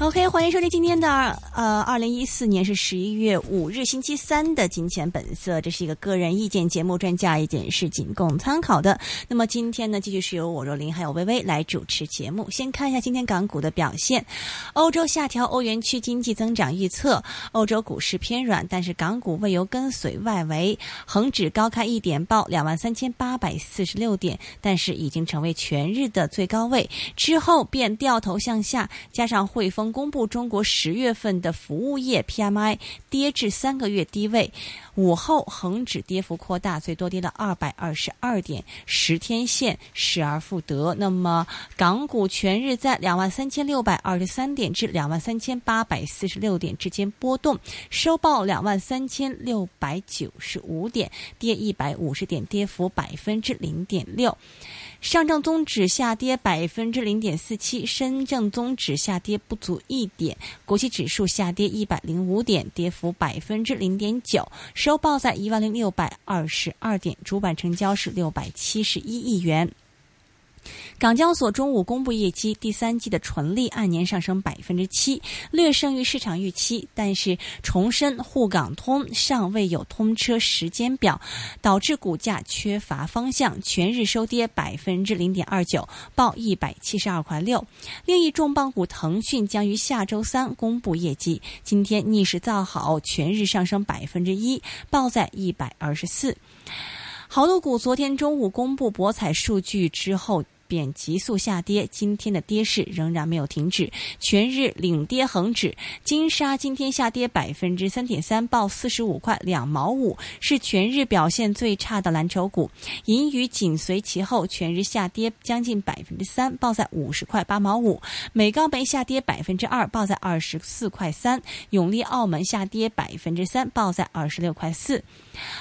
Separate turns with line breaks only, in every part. OK，欢迎收听今天的呃，二零一四年是十一月五日星期三的《金钱本色》，这是一个个人意见节目，专家意见是仅供参考的。那么今天呢，继续是由我若琳还有薇薇来主持节目。先看一下今天港股的表现，欧洲下调欧元区经济增长预测，欧洲股市偏软，但是港股未有跟随外围，恒指高开一点报两万三千八百四十六点，但是已经成为全日的最高位，之后便掉头向下，加上汇丰。公布中国十月份的服务业 PMI 跌至三个月低位，午后恒指跌幅扩大，最多跌了二百二十二点，十天线失而复得。那么港股全日在两万三千六百二十三点至两万三千八百四十六点之间波动，收报两万三千六百九十五点，跌一百五十点，跌幅百分之零点六。上证综指下跌百分之零点四七，深证综指下跌不足一点，国际指数下跌一百零五点，跌幅百分之零点九，收报在一万零六百二十二点，主板成交是六百七十一亿元。港交所中午公布业绩，第三季的纯利按年上升百分之七，略胜于市场预期。但是重申沪港通尚未有通车时间表，导致股价缺乏方向，全日收跌百分之零点二九，报一百七十二块六。另一重磅股腾讯将于下周三公布业绩，今天逆势造好，全日上升百分之一，报在一百二十四。豪路股昨天中午公布博彩数据之后。便急速下跌，今天的跌势仍然没有停止，全日领跌恒指。金沙今天下跌百分之三点三，报四十五块两毛五，是全日表现最差的蓝筹股。银娱紧随其后，全日下跌将近百分之三，报在五十块八毛五。美高梅下跌百分之二，报在二十四块三。永利澳门下跌百分之三，报在二十六块四。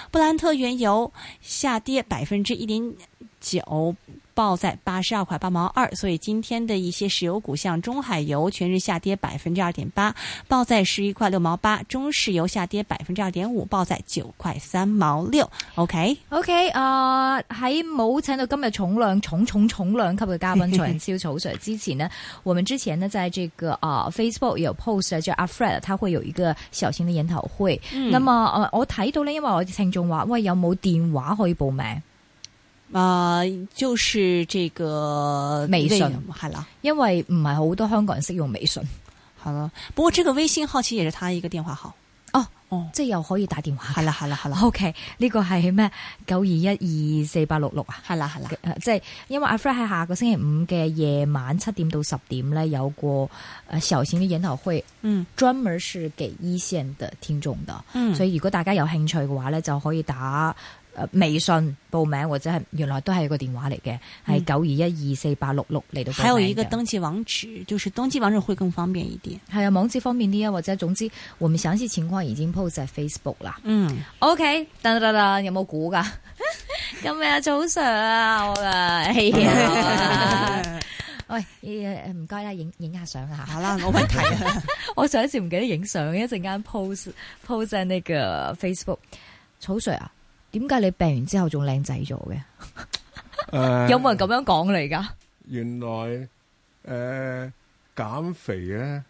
布兰特原油下跌百分之一点九。报在八十二块八毛二，所以今天的一些石油股，像中海油全日下跌百分之二点八，报在十一块六毛八；中石油下跌百分之二点五，报在九块三毛六。OK，
OK，啊喺冇請到今日重量重重重量級嘅嘉賓曹仁超曹 Sir 之前呢，我們之前呢，在這個啊、Facebook 有 post 叫阿 Fred，他會有一個小型嘅研討會。
嗯
咁咁啊、呃我睇到呢，因為我啲聽眾話，喂，有冇電話可以報名？
啊、就是這個
微信
好了，
因為唔係好多香港人識用微信，
好了。不過這個微信號其實也是他一個電話號。
哦
哦，
即係又可以打電話
好。了好了好了
OK，呢個係咩？九二一二四八六六啊？
好了好了，
誒即係因為阿 Fred 喺下個星期五嘅夜晚七點到十點咧，有個誒小型嘅研討會，
嗯
專門是給一線的聽眾的，
嗯，
所以如果大家有興趣嘅話咧，就可以打誒微信報名，或者係原來都係個電話嚟嘅，係
嗯
九二一二四八六六嚟到報名嘅。
還有一個登記網址，就是登記網址會更方便一點。
係啊，網址方面啲啊，或者總之我們詳細情況已經 post 喺 Facebook 啦。
嗯，
OK，得得得，有冇估噶？ 今日早 Sir 啊，我啊，哎呀， 喂，誒唔該啦，影影下相 啊。
好啦，冇問題啊。
我上一次唔記得影相，一陣間 post post 喺呢個 Facebook。草 Sir 啊，點解你病完之後仲靚仔咗嘅？
诶，
有冇人咁樣講你噶？
呃原來诶減肥咧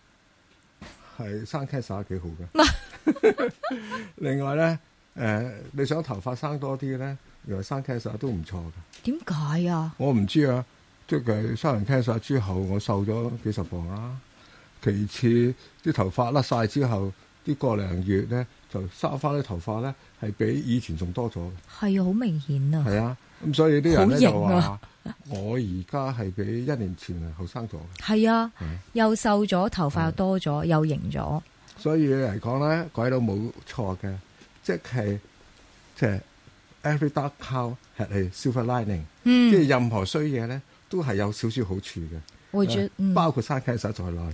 係生 cancer 幾好嘅。 另外咧，诶、你想頭髮生多啲咧，原來生 cancer 都唔錯嘅。
點解啊？
我唔知啊，即係生完 cancer 之後，我瘦咗幾十磅啦。其次，啲頭髮甩晒之後，啲個零月咧就生翻啲頭髮咧，係比以前仲多咗嘅。
係啊，好明顯啊！
係啊，咁所以啲人
好
咧
型
就
啊
話：我而家係比一年前係後生咗嘅。
係啊
嗯，
又瘦咗，頭髮又多咗，又型咗。
所以嚟講咧，鬼佬冇錯嘅，即係即係 every dark cloud had a silver lining，、即
嗯，
係任何衰嘢咧都係有少少好處嘅，啊
我覺得
誒
嗯
包括生 cancer 在內。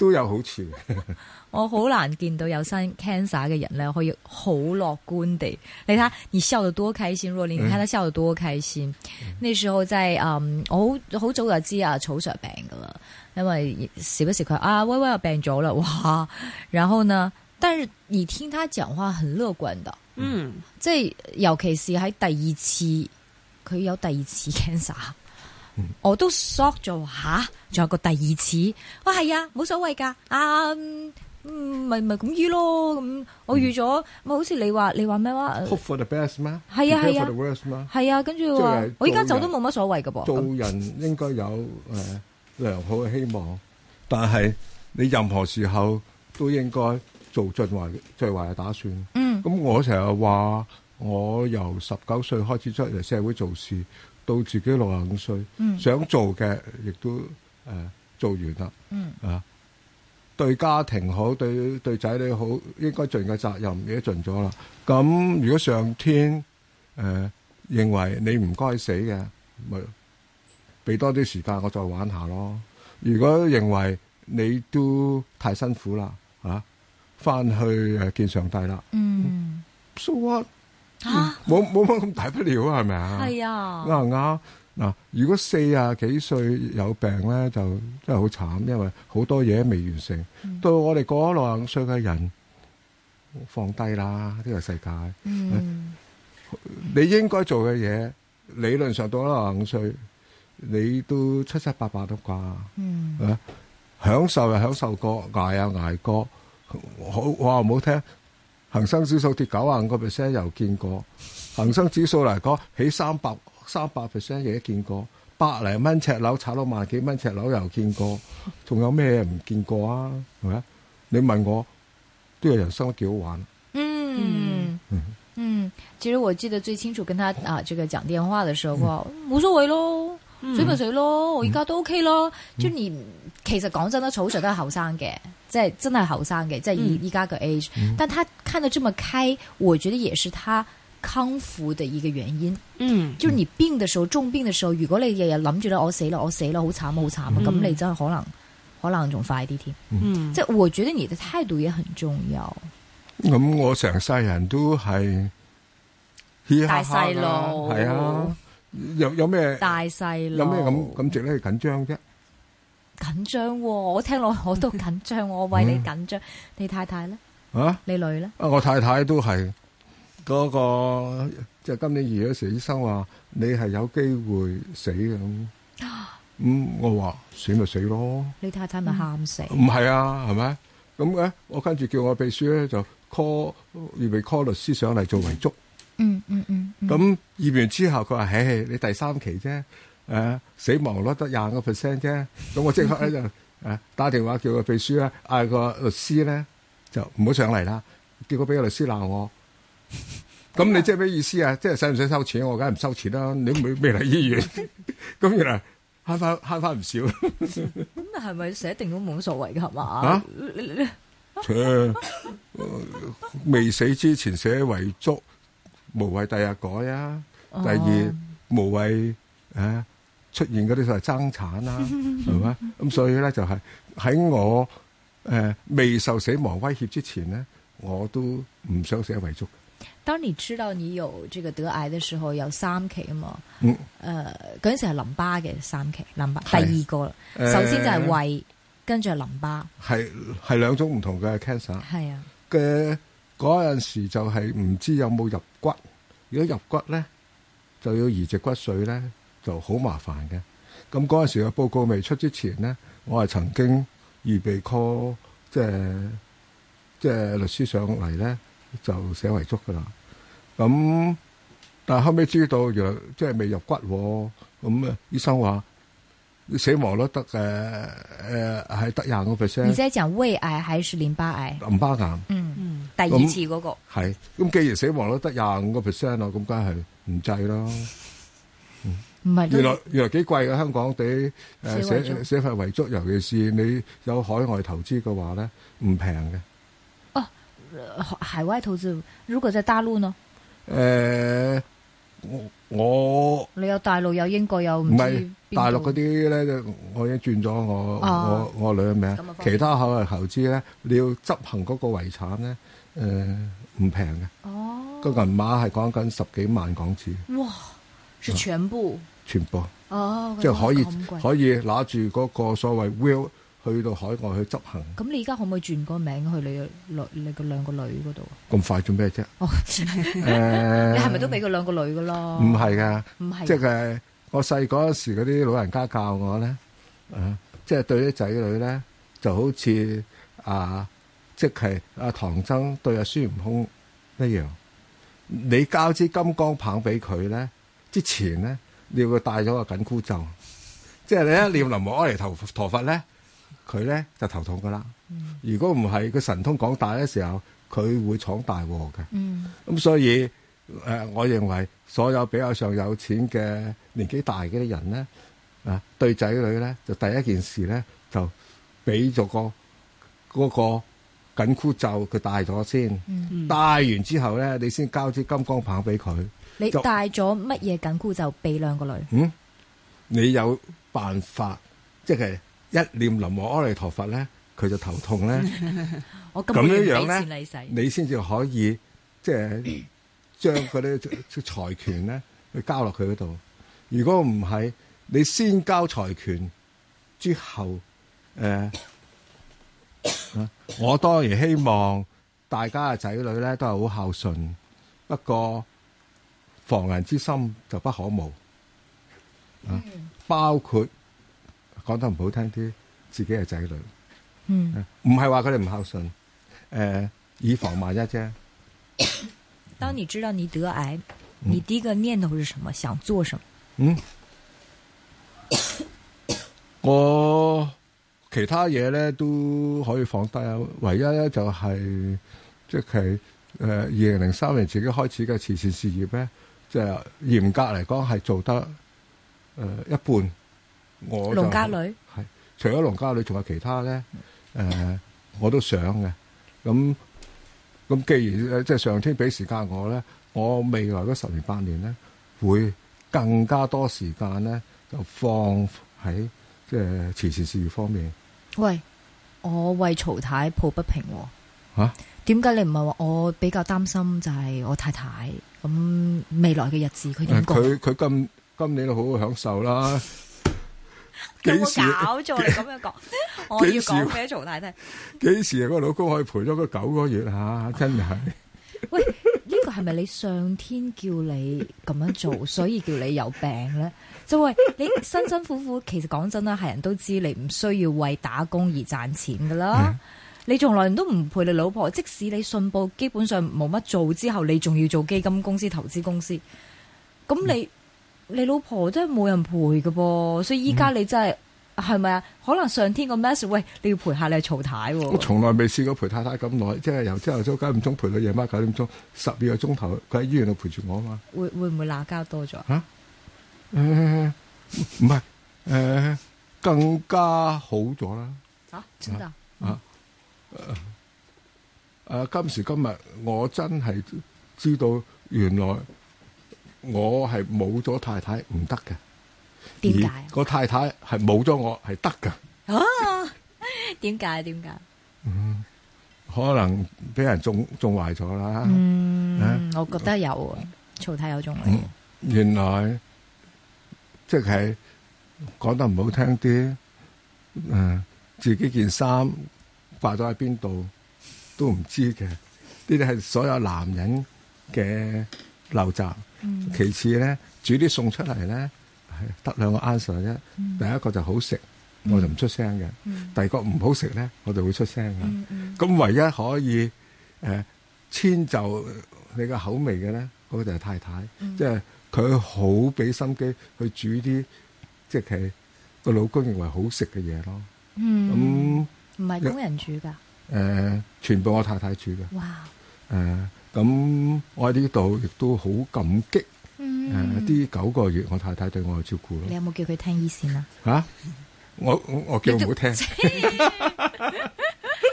都有好處 嘅。
我好難見到有生 cancer 嘅人咧，可以好樂觀地。你睇下，你笑得多開心，若琳，你睇他笑得多開心。那時候真係嗯，我好好早就知啊，草 Sir 病噶啦，因為時不時佢啊，威威又病咗啦，哇！然後呢，但是你聽他講話很樂觀的，
嗯，
即係尤其是喺第二次，佢有第二次 cancer，我
嗯
都 shock 咗吓，仲有個第二次，哇係啊，冇所謂㗎，啊嗯嗯咪咪咁醫咯，咁我預
嗯
咗，咪好似你話你話咩話，呃
Hope for the best 嘛，
係啊
prepare
係啊
for the worst 嘛。
係啊，跟住話
即係
我依家
做
走
人
都冇乜所謂㗎噃，
做
咁
人應該有誒、呃良好嘅希望，但係你任何時候都應該做盡壞最壞嘅打算。
嗯
咁我成日話，我由十九歲開始出嚟社會做事，到自己六十五歲，
嗯
想做嘅亦都誒、呃做完啦。
嗯
啊，對家庭好，對對仔女好，應該盡嘅責任已經盡咗啦。咁如果上天誒、呃、認為你唔該死嘅，咪俾多啲時間我再玩下咯。如果認為你都太辛苦啦，啊，翻去誒見上帝啦
嗯
，so what？嗯
嚇
冇冇乜咁大不了啊，係咪啊？
係啊，
啱唔啱？嗱，如果四啊幾歲有病咧，就真係好慘，因為好多嘢未完成。到我哋過咗六十五歲嘅人，放低啦呢個世界。
嗯
你應該做嘅嘢，理論上到咗六十五歲，你都七七八八都啩。
嗯
啊享受又啊享受過，捱又捱過，好話唔好聽，恒生指數跌九啊五個 percent 又見過，恒生指數嚟講起三百三百 percent 亦都見過，百零蚊尺樓炒到萬幾蚊尺樓又見過，仲有咩唔見過啊？係咪啊？你問我，呢個人生都幾好玩。
嗯，嗯，其实我记得最清楚跟他啊，这个讲电话的时候，哇，冇所谓咯，
嗯
嗯
水咪水咯，我而家都 OK 咯。即係你其实讲真啦，草 Sir 都系后生嘅，即系真系后生嘅，即系
嗯
依依家个 age。但他看得这么开，我觉得也是他康复的一个原因。
嗯
就是你病嘅时候，重病嘅时候，如果你日日谂住啦，我死啦，我死啦，好惨好惨啊，咁
嗯
你真系可能可能仲快啲添。
嗯，
即系我觉得你的态度也很重要。
咁我成世人都係嘻
大
哈哈㗎
細路
係啊，有有咩
大細路
有咩咁咁值得你緊張啫？
緊張喎？我聽落我都緊張，我為
嗯
你緊張。你太太咧？
啊？
你女咧？
啊，我太太都係嗰、個，即係今年二月嗰時，醫生話你係有機會死嘅咁。咁我話死咪死咯，唔
你太太咪喊死？
係啊，係咪？咁咧，我跟住叫我秘書咧就 call 預備 call 律師上嚟做遺囑。
嗯嗯嗯嗯
咁驗完之後，佢話：，唉，你第三期啫，誒、死亡率得廿個 percent 啫。咁我即刻咧就 誒、打電話叫個秘書咧，嗌個律師咧就唔好上嚟啦。結果俾個律師鬧我。咁你即係咩意思啊？即 係使唔使收錢？我梗係唔收錢啦。你未未嚟醫院，咁原來慳翻慳翻唔少。
咁係咪寫定都冇所謂嘅係嘛
啊？切、呃未死之前寫遺囑，無謂第日改啊。第二，無謂誒出現嗰啲所謂爭產啦，係咪？咁所以咧就係、喺我誒、呃未受死亡威脅之前咧，我都唔想寫遺囑。
當你知道你有這個得癌嘅時候，有三期啊嘛。
嗯，
誒嗰陣時係淋巴嘅三期，淋巴第
係呃
二個啦。
誒
首先就係胃，跟住係淋巴。
係係兩種唔同嘅 cancer
係啊，
嘅嗰陣時就係唔知有冇入骨，如果入骨咧就要移植骨髓咧就好麻煩嘅。咁嗰陣時嘅報告未出之前咧，我係曾經預備 call 即係即係律師上嚟咧就寫遺囑噶啦。咁但係後尾知道原來即係未入骨喎，咁啊醫生話死亡率得誒誒係得廿個
你
percent
在講胃癌還是淋巴癌？
淋巴癌。
嗯，
嗯
第二
咁
次嗰個。
係，咁既然死亡率得廿五個 percent 咯，咁梗係唔制啦。
唔係
原來原來幾貴嘅香港地誒
寫遺囑
寫寫份遺囑，尤其是你有海外投資嘅話咧，唔平嘅。誒、
呃海外投資，如果在大陸呢？
我我
你有大陸有英國有唔
唔
知
係
邊
大陸
度
嗰啲咧，我已經轉咗我、
哦
我我女嘅名
咁啊方。便
其他海外投資咧，你要執行嗰個遺產咧，誒唔平嘅，
哦，
個銀碼係講緊十幾萬港紙，
哇，是全部
全部
哦，
嗯即係可以
咁貴
可以拿住嗰個所謂 will 去到海外去執行，
咁你而家可唔可以轉個名去你個女你個兩個女嗰度啊？
咁快做咩 啫？
哦，
誒，
你
你
係咪都俾佢兩個女噶咯？
唔係㗎。
唔係，啊
即係呃我細個嗰時嗰啲老人家教我咧，啊，即係對啲仔女咧就好似啊，即係阿唐僧對阿孫悟空一樣，你交支金剛棒俾佢咧，之前咧你要佢帶咗個緊箍咒，即係你一念南無阿彌陀陀佛咧，佢咧就頭痛噶啦。如果唔係佢神通廣大嘅時候，佢會闖大禍嘅。
嗯
咁所以誒、呃我認為所有比較上有錢嘅年紀大嘅人咧，啊對仔女咧，就第一件事咧就俾咗個嗰、個緊箍咒佢戴咗先，
嗯，
戴完之後咧，你先交支金剛棒俾佢。
你
就
帶咗乜嘢緊箍咒俾兩個女？
嗯，你有辦法，即係一念南無阿彌陀佛咧，佢就頭痛咧。
我根本
咁
唔
樣
俾
樣呢
錢你使。
你先至可以即係將嗰啲財權咧去交落佢嗰度。如果唔係，你先交財權之後，誒、啊 我當然希望大家嘅仔女咧都係好孝順，不過防人之心就不可無。啊，包括講得唔好聽啲，自己嘅仔女。
嗯，
唔係話佢哋唔孝順，誒、呃以防萬一啫。
當你知道你得癌，你第一個念頭是什麼？想做什麼？
嗯，我其他嘢咧都可以放低啊，唯一咧就係、即係誒呃二零零三年自己開始嘅慈善事業咧，即係嚴格嚟講係做得誒、呃一半。我就
農家女
係除咗農家女，仲有其他咧誒、
嗯
呃我都想嘅。咁咁既然呃即係上天俾時間我咧，我未來嗰十年八年咧，會更加多時間咧就放喺即係慈善事業方面
喂，我為曹太抱不平喎。
嚇。
點解你唔係話我比較擔心就係我太太咁未來嘅日子佢
誒
點過？
佢佢今今年都好好享受啦。幾時
搞錯你咁樣講， 我
要講
俾曹太聽。
幾時啊個老公可以陪咗佢九個月啊？真係
喂，呢個係咪你上天叫你咁樣做，所以叫你有病咧？就喂，你辛辛苦苦，其實講真啦，係人都知你唔需要為打工而賺錢噶啦。
嗯
你從來都唔陪你老婆，即使你信報基本上冇乜做之後，你仲要做基金公司、投資公司，咁
嗯
你、你老婆真係冇人陪嘅噃，所以依
嗯
家你真係係咪啊？可能上天個 message，喂，你要陪下你曹太
我
喎。
從來未試過陪太太咁耐，即係由朝頭早九點鐘陪到夜晚九點鐘，十二個鐘頭佢喺醫院度陪住我啊嘛。
會會唔會鬧交多咗？啊
嚇、誒唔係誒更加好咗啦。
啊，真的啊
啊誒、啊今時今日我真係知道原來我係冇咗太太唔得嘅，
點解
而
啊？
個太太係冇咗我係得㗎，
啊？點解？點解？
可能俾人種種壞咗啦。
嗯，我覺得有啊，曹太有種類
嗯原來即係講得唔好聽啲，誒、呃自己件衫掛咗喺邊度都唔知嘅，呢啲係所有男人嘅陋習。其次咧，煮啲餸出嚟咧，係得兩個 answer 啫。第一個就好食，我就唔出聲嘅；第二個唔好食咧，我就會出聲嘅。咁唯一可以誒、呃遷就你嘅口味嘅咧，嗰、個就係太太，
嗯
即係佢好俾心機去煮啲即係個老公認為好食嘅嘢咯。咁、
嗯，唔係工人煮噶，
誒、呃全部我太太煮嘅。誒、呃
哇！嗯
咁我喺呢度亦都好感激誒
嗯，
啊啲、九個月我太太對我嘅照顧
你
咯。
有冇叫佢 聽醫線啊？
嚇、我我我叫唔好聽。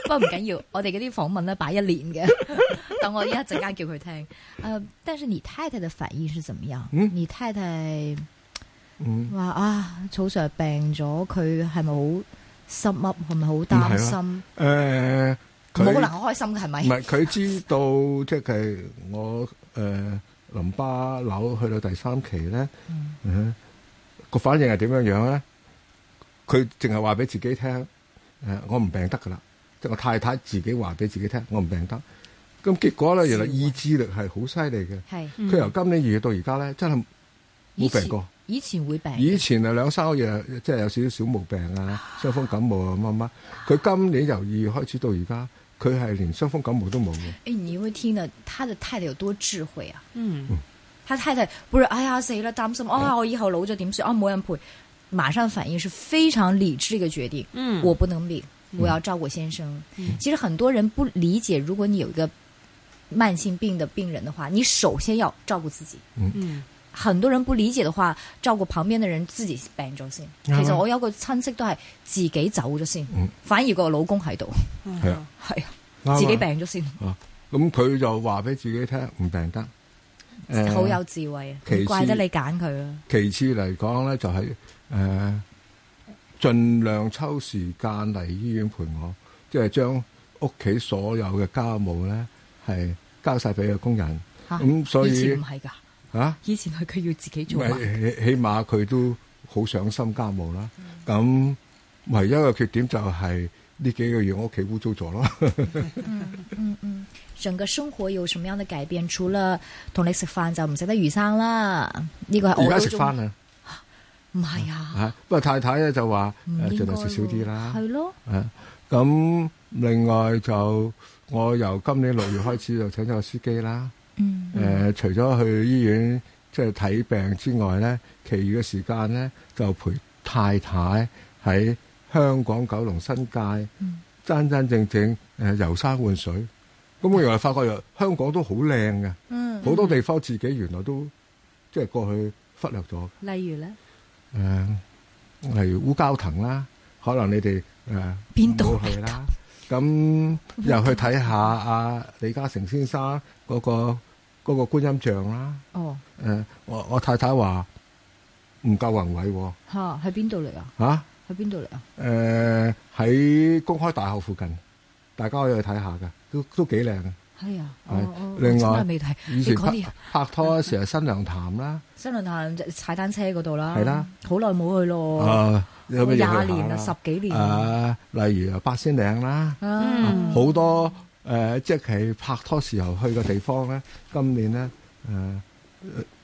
不過唔緊要，我哋嗰啲訪問咧擺一年嘅， 等我一陣間叫佢聽。誒、呃但是你太太嘅反應是怎麼樣？
嗯
你太太
嗯，
話啊，草 Sir 病咗，佢係咪好心噏？係咪好擔心？
誒，嗯啊呃佢
冇可能開心嘅係咪
唔？係佢知道，即係我誒、呃、淋巴瘤去到第三期咧，
嗯
嗯個、反應係點樣樣咧？佢淨係話俾自己聽，誒、呃我唔病得噶啦，即係我太太自己話俾自己聽，我唔病得。咁結果咧，原來
笑啊
意志力係好犀利嘅。
係
嗯
佢由今年二月到而家咧，真係
以
冇
前
病過。
以前會病嘅，
以前啊兩三個月即係有少少小毛病啊，傷風感冒啊乜乜。佢今年由二月開始到而家，佢係連傷風感冒都冇嘅。
哎，你會聽到他的太太有多智慧啊！
嗯，
他太太不是哎呀死啦，擔心
哎
啊，我以後老咗點算啊，冇人陪，馬上反應是非常理智嘅決定。
嗯
我不能病，我要照顾先生。
嗯
其实很多人不理解，如果你有一个慢性病的病人的话，你首先要照顾自己。
嗯
很多人不理解嘅話，照顧旁邊嘅人自己病咗先。其
啱啊
實我有個親戚都係自己走咗先，
嗯
反而個老公喺度，
係啊，
係啊，
啱啊
自己病咗先，
啊，咁佢就話俾自己聽唔病得。誒
好有智慧啊！
呃其
唔
次
怪得你揀佢啊啦。
其次嚟講咧，就係、誒、盡量抽時間嚟醫院陪我，即係將屋企所有嘅家務咧係交晒俾個工人。
嚇
咁、嗯所
以前
以
唔係㗎，
啊，
以前係佢要自己做
咪
埋。
起起碼佢都好上心家務啦。
嗯
咁、唯一嘅缺點就係呢幾個月我屋企污糟咗咯。
嗯嗯，整個生活有什麼樣的改變？除了同你食飯就唔食得魚生啦，呢、個係
而
我
家
都
食啊
中
翻啦，
唔係啊，
嚇！不過太太咧就話
唔
誒，
應
儘
該
量食少啲啦。
係咯，
啊，咁另外就我由今年六月開始就請咗個司機啦。
嗯
誒、除咗去醫院即係睇病之外咧，其餘嘅時間咧就陪太太喺香港九龍新界、
嗯
真真正正誒、遊山玩水。咁我原來發覺原來香港都好靚嘅，
嗯，
好多地方自己原來都即係過去忽略咗。
例如咧，
誒、呃例如烏蛟騰啦，可能你哋誒
邊度
冇去啦？咁又去睇下阿李嘉誠先生嗰、個嗰、個觀音像啦。
哦，
誒、我我太太話唔夠宏偉喎、
吓喺邊度嚟啊？
嚇、
喺邊度嚟啊？
誒喺公開大學附近，大家可以去睇下㗎，都都幾靚嘅。
係啊，
係
哦哦
另外
我真係未睇，
以
你
前
講啲
拍
啊
拍拖嗰時係新娘潭啦，
新論壇踩單車嗰度啦，
係啦，
好耐冇去咯，
啊有乜嘢去下啦
哦廿年啦十幾年
啊，例如啊八仙嶺啦。
啊
嗯
好多誒、呃即係拍拖時候去嘅地方咧，今年咧誒、呃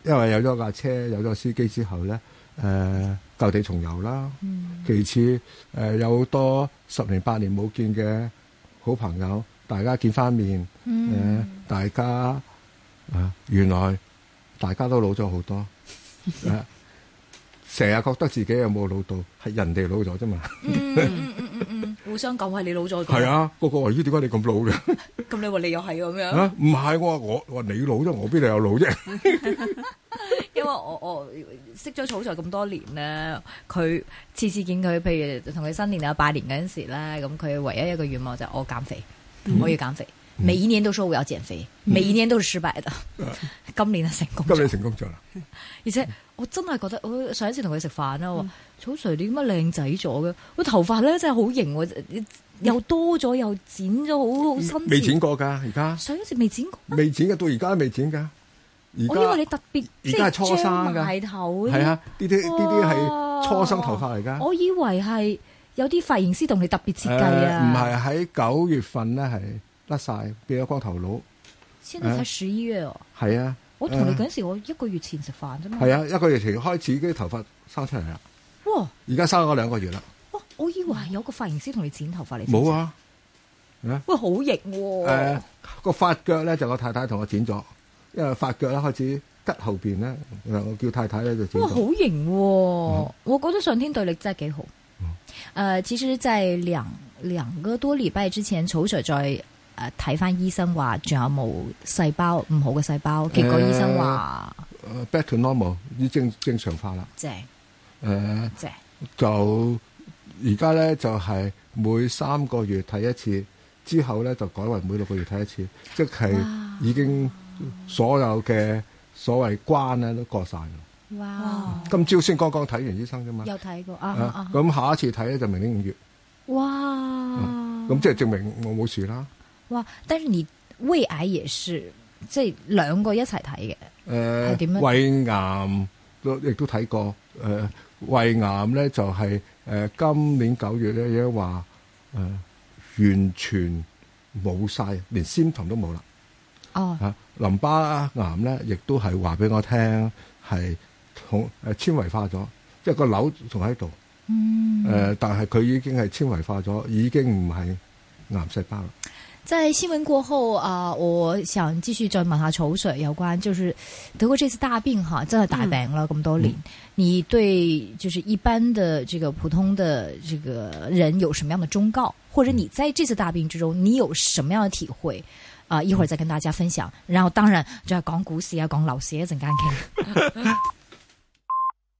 因為有咗架車，有咗司機之後咧，誒、舊地重遊啦。
嗯
其次誒、呃有好多十年八年冇見嘅好朋友，大家見翻面，誒、
嗯
大家啊、原來大家都老咗好多。 呃成日、覺得自己有冇老到，係人哋老 咗啫嘛。
嗯嗯嗯嗯嗯，互相講喂，你老咗，
係，啊，個個話咦，點解你咁老嘅？
咁你話你又係咁樣。
啊，唔係我話我我話你老啫，我邊度有老 啫？
因為我我識咗草在咁多年咧，佢次次見佢，譬如同佢新年啊、拜年嗰陣時咧，咁佢唯一一個願望就係我減肥，
嗯
我要減肥。每一年都說我要減肥，每一年都是失敗的。今年啊成功
今
咗
嗯你，成功咗啦，
而且我真係覺得，我上一次同佢食飯啊啦，我
嗯
話草 Sir 你點解靚仔咗嘅？個頭髮咧真係好型喎，又多咗又剪咗，好好新
嗯未剪
鮮。
過㗎，而家
上一次未剪過，
未剪嘅，到而家都未剪㗎。
我以為
而
你
家
特別
而
即
家係
係
初生
將
㗎
埋頭嗰啲
係啊，呢啲呢啲係
哇
初生頭髮嚟㗎。
我以為係有啲髮型師同你特別設計
誒唔
啊，
係喺九月份咧係甩晒，變咗光頭佬。
先至睇十一月哦。
係啊，
我同你嗰陣時，我一個月前食飯啫嘛。
係啊，一個月前開始啲頭髮生出嚟啦，
哇
而家生咗兩個月啦，
哇！我以為係有個髮型師同你剪頭髮嚟。
冇！啊。啊
喂，好型喎！
誒個髮腳咧就我太太同我剪咗，因為髮腳咧開始吉後邊咧，我叫太太咧就剪
哇，
咗
好。型喎！
嗯
我覺得上天對你真係幾好。誒、其實在兩兩個多禮拜之前，草 Sir 再誒睇翻醫生話，仲有冇細胞唔好嘅細胞？結果醫生話
誒呃 back to normal，已正正常化啦。呃
正
誒、
正。
就而家咧就係、每三個月睇一次，之後咧就改為每六個月睇一次，即係已經所有嘅所謂關咧都過晒㗎啦。
哇！
今朝先剛剛睇完醫生啫嘛。
嗯有睇過啊啊
啊
啊！
咁下一次睇咧就明年五月，
哇！
嗯咁即係證明我冇事啦。
哇！但是你胃癌也是即係兩個一齊睇嘅，
誒
係點樣啊
胃癌都呃亦都睇過，誒胃癌咧就係誒今年九月咧已經話誒完全冇晒，連先堂都冇啦。
哦，
啊，淋巴癌咧亦都係話俾我聽係同誒纖維化咗，即係個瘤仲喺度，
嗯
誒、，但係佢已經係纖維化咗，已經唔係癌細胞啦。
在新闻过后啊、我想继续再问下曹 Sir 有关，就是得过这次大病哈，真系大病了咁、多年，
嗯
你对就是一般的这个普通的这个人有什么样的忠告，或者你在这次大病之中你有什么样的体会？啊、一会儿再跟大家分享。然后当然就系讲股市啊，讲楼市一阵间倾。